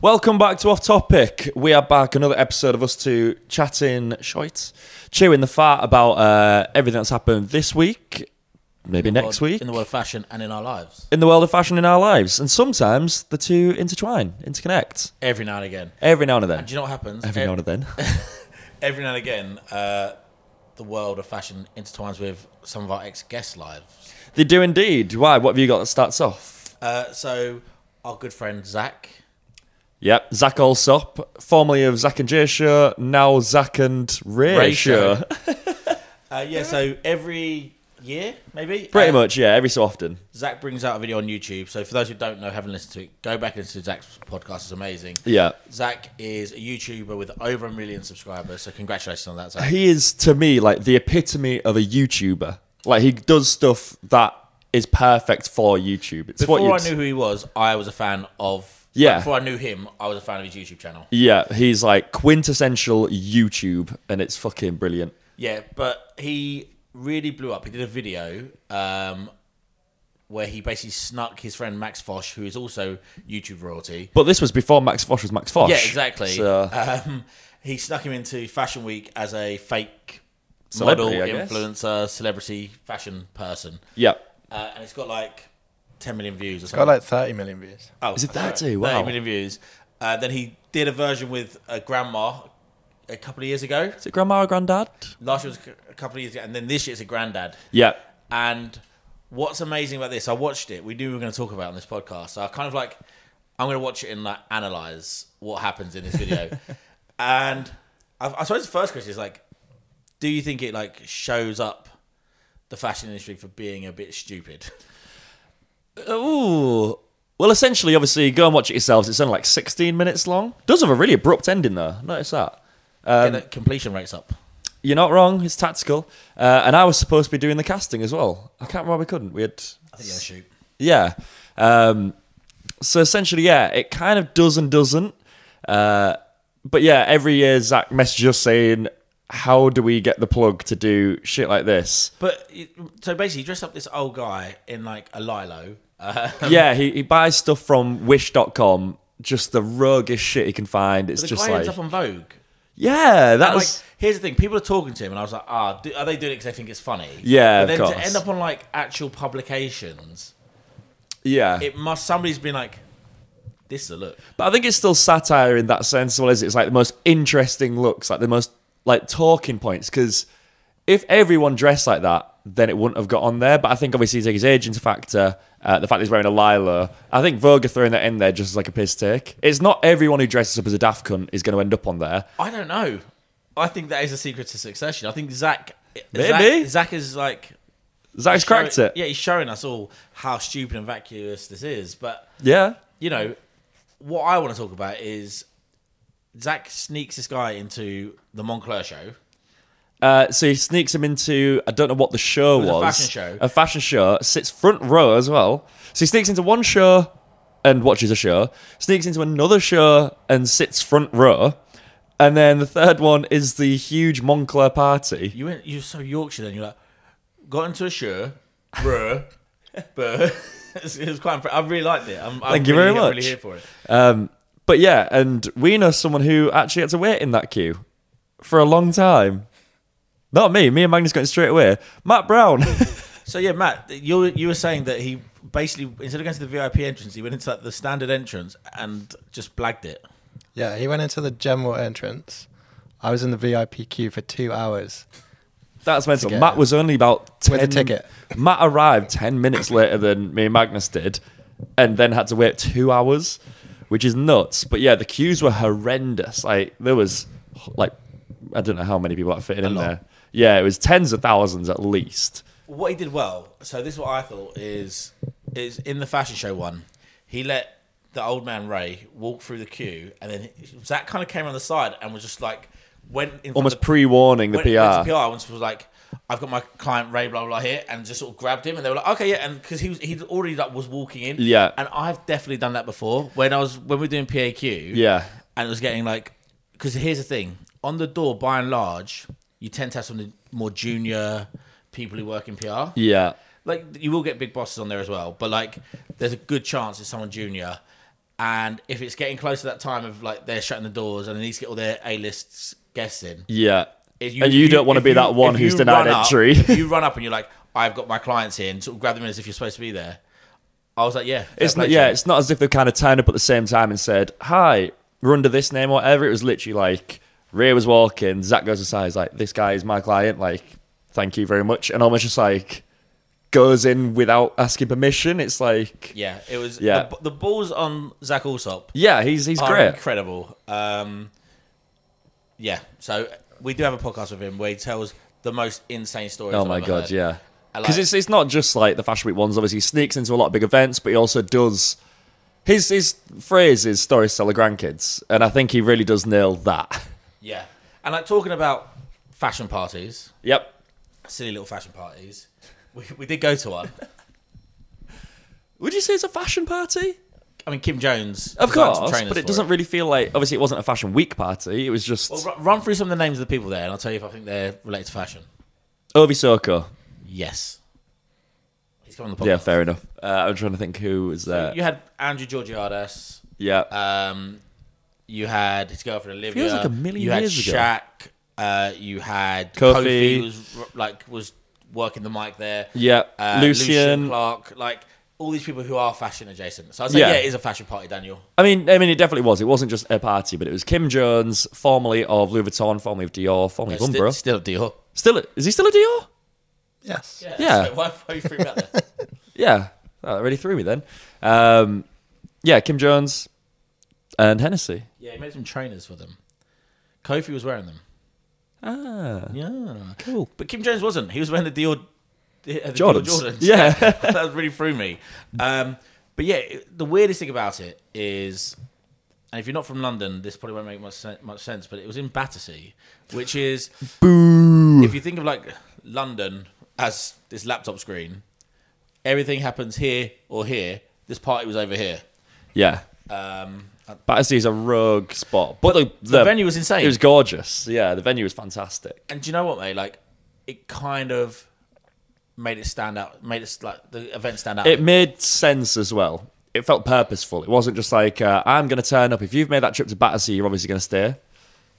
Welcome back to Off Topic. We are back, another episode of us two chatting shite, chewing the fat about uh, everything that's happened this week, maybe next world- week, in the world of fashion and in our lives in the world of fashion in our lives. And sometimes the two intertwine, interconnect, every now and again. every now and then. Do you know what happens? Every Ev- now and then. every now and again, uh, the world of fashion intertwines with some of our ex guest lives. they do indeed. Why? What have you got that starts off? Uh, so, our good friend Zach, Yep, Zach Allsop, formerly of Zach and Jay Show, now Zach and Ray, Ray Show. Show. uh, yeah. So every year, maybe Pretty uh, much, yeah, every so often. Zach brings out a video on YouTube. So for those who don't know, haven't listened to it, go back and listen to Zach's podcast. It's amazing. Yeah. Zach is a YouTuber with over a million subscribers. So congratulations on that, Zach. he is to me like the epitome of a YouTuber. Like he does stuff that is perfect for YouTube. It's Before I what you knew who he was, I was a fan of. Yeah. Before I knew him, I was a fan of his YouTube channel. yeah, he's like quintessential YouTube, and it's fucking brilliant. Yeah, but he really blew up. He did a video um, where he basically snuck his friend Max Fosh, who is also YouTube royalty. But this was before Max Fosh was Max Fosh. Yeah, exactly. So, uh, Um, he snuck him into Fashion Week as a fake Celebrity, model, I guess. influencer, celebrity, fashion person. yeah, Uh, and it's got like 10 million views or Got something. like 30 million views. Oh, Is it sorry. 30? Wow. 30 million views. Uh, then he did a version with a grandma a couple of years ago. is it Grandma or Granddad? Last year was a couple of years ago. And then this year it's a granddad. Yeah, And what's amazing about this, I watched it. We knew we were going to talk about it on this podcast. So I kind of like, I'm going to watch it and like analyze what happens in this video. and I, I suppose the first question is like, do you think it like shows up the fashion industry for being a bit stupid? Uh, Ooh. Well, essentially, obviously, go and watch it yourselves. It's only like 16 minutes long. Does have a really abrupt ending, though. Notice that. Get the completion rates up. You're not wrong. It's tactical. Uh, and I was supposed to be doing the casting as well. I can't remember why we couldn't. We had I think you're gonna shoot. Yeah. Um, so essentially, yeah, it kind of does and doesn't. Uh, but yeah, every year Zach messages us saying, "How do we get the plug to do shit like this?" But it- so basically, you dress up this old guy in like a Lilo. Uh, yeah, he, he buys stuff from Wish.com, just the ruggest shit he can find. It's the just guy like, ends up on Vogue. yeah, And, that's like, here's the thing: people are talking to him, and I was like, "Ah, do, are they doing it because they think it's funny?" Yeah, But of then to course. end up on like actual publications, yeah. it must somebody's been like, "This is a look." But I think it's still satire in that sense. Well, is it? It's like the most interesting looks, like the most like talking points. Because if everyone dressed like that, then it wouldn't have got on there. But I think obviously take his age into factor. Uh, the fact that he's wearing a lilo. I think Vogue are throwing that in there just as like a piss take. It's not everyone who dresses up as a daft cunt is going to end up on there. I don't know. I think that is a secret to Succession. I think Zach, Maybe. Zach, Zach is like Zach's cracked showing- it. Yeah, he's showing us all how stupid and vacuous this is. But Yeah. you know, what I want to talk about is Zach sneaks this guy into the Montclair show. Uh, so he sneaks him into I don't know what the show was, was a fashion show. A fashion show sits front row as well. So he sneaks into one show and watches a show. Sneaks into another show and sits front row. And then the third one is the huge Moncler party. You went, you're so Yorkshire then. You're like, got into a shoe, bruh, bruh. it was quite, impre- I really liked it. I'm, I'm Thank you really, very I'm much. really here for it. Um, but yeah, and we know someone who actually had to wait in that queue for a long time. Not me. Me and Magnus got in straight away. Matt Brown. So yeah, Matt, you you were saying that he basically instead of going to the VIP entrance, he went into like, the standard entrance and just blagged it. Yeah, he went into the general entrance. I was in the VIP queue for two hours. That's mental. Forget Matt it. was only about 10, With a ticket. Matt arrived ten minutes later than me and Magnus did, and then had to wait two hours, which is nuts. But yeah, the queues were horrendous. Like there was like I don't know how many people that fit in lot. there. Yeah, it was tens of thousands at least. What he did well. So this is what I thought is is in the fashion show one. He let the old man Ray walk through the queue, and then Zach kind of came on the side and was just like went in front Almost of the- pre-warning the went, went PR. to PR once was like, "I've got my client Ray blah blah here," and just sort of grabbed him, and they were like, "Okay, yeah," and because he was he already like was walking in, Yeah. And I've definitely done that before when I was when we were doing PAQ, Yeah. and it was getting like because here's the thing on the door by and large you tend to have some of the more junior people who work in PR, Yeah. like you will get big bosses on there as well, but like there's a good chance it's someone junior. And if it's getting close to that time of like they're shutting the doors and they need to get all their A lists guests in, Yeah. if and you, if don't want to if be you- that one if who's you denied run up- entry. if you run up and you're like, I've got my clients here, and sort of grab them in as if you're supposed to be there. I was like, yeah, fair it's play not, to yeah, you. it's not as if they've kind of turned up at the same time and said, "Hi, we're under this name or whatever." It was literally like Ray was walking, Zach goes aside, he's like, "This guy is my client." Like, thank you very much, and almost just like goes in without asking permission. It's like, yeah, yeah, it was. Yeah. the, the balls on Zach Alsop he's he's are great. Oh, incredible. Um, yeah, so we do have a podcast with him where he tells the most insane stories. Oh I've my ever god, heard. yeah. I Because like- it's it's not just like the Fashion Week ones. Obviously, he sneaks into a lot of big events, but he also does. His his phrase is "stories to tell the grandkids," and I think he really does nail that. yeah. And like talking about fashion parties, yep. silly little fashion parties. We, we did go to one. Would you say it's a fashion party? I mean, Kim Jones, Of designed some course, trainers but it for doesn't really feel like. Obviously, it wasn't a fashion week party. It was just Well, ru- run through some of the names of the people there, and I'll tell you if I think they're related to fashion. Ovi Soko. Yes, he's coming on the Yeah, podcast. fair enough. Uh, I'm trying to think who was there. you had Andrew Georgiades. Yeah, Um, you had his girlfriend Olivia. Feels like a million You had years ago. Shaq. Uh, you had Kofi. Kofi. was r- like was working the mic there. yeah. Uh, Lucian. Clark, like all these people who are fashion adjacent. So I'd say Yeah. yeah, it is a fashion party, Daniel. I mean, I mean, it definitely was. It wasn't just a party, but it was Kim Jones, formerly of Louis Vuitton, formerly of Dior, formerly of Uh, Sti- Umbro. still a deal. Still, is he still a Dior? Yes. Yeah. So why why you threw me out there? Yeah, Oh, that really threw me then. Um, yeah, Kim Jones and Hennessy. yeah, he made some trainers for them. Kofi was wearing them. Ah, Yeah. cool. But Kim Jones wasn't. He was wearing the Dior, the, uh, the Dior Jordans. Jordans. Yeah. that really threw me. Um, but yeah, it- the weirdest thing about it is, and if you're not from London, this probably won't make much sen- much sense. But it was in Battersea, which is Boo. if you think of like London as this laptop screen, everything happens here or here. This party was over here. Yeah, Um, Battersea's a rogue spot, but the, the venue was insane. It was gorgeous. Yeah, the venue was fantastic. And do you know what, mate? Like, it kind of made it stand out. Made it like the event stand out. it made sense as well. It felt purposeful. It wasn't just like uh, I'm going to turn up. If you've made that trip to Battersea, you're obviously going to stay.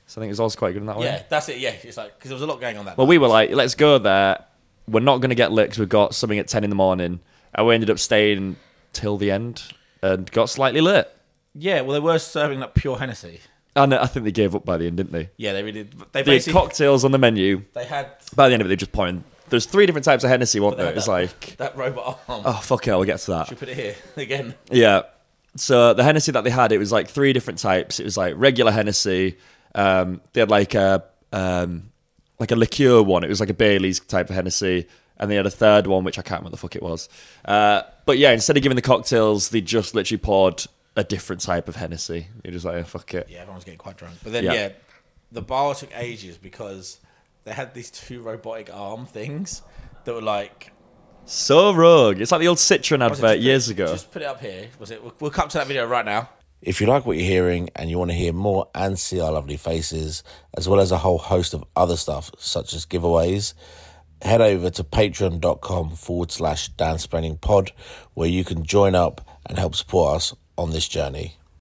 So I think it was also quite good in that way. yeah, that's it. Yeah, it's like because there was a lot going on that. Well, night. we were like, let's go there. We're not going to get lit 'cause we've got something at ten in the morning, and we ended up staying till the end and got slightly lit. yeah, well, they were serving like pure Hennessy. And I think they gave up by the end, didn't they? Yeah, they really. They They had basically cocktails on the menu. they had By the end of it, they just pointed. There's three different types of Hennessy, weren't there? had It's that- like, that robot arm. oh fuck it, we'll get to that. Should we put it here again? Yeah. So the Hennessy that they had, it was like three different types. It was like regular Hennessy. Um, they had like a um, like a liqueur one. It was like a Bailey's type of Hennessy, and they had a third one which I can't remember what the fuck it was. Uh, but yeah, instead of giving the cocktails, they just literally poured a different type of Hennessy. You're just like, oh, fuck it. Yeah, everyone's getting quite drunk. But then Yeah. yeah. the bar took ages because they had these two robotic arm things that were like. So rogue. It's like the old Citroen advert was it? Just put- years ago. Just put it up here. Was it? We'll, we'll come to that video right now. If you like what you're hearing and you want to hear more and see our lovely faces, as well as a whole host of other stuff, such as giveaways, head over to patreon.com forward slash dansplaining pod, where you can join up and help support us on this journey.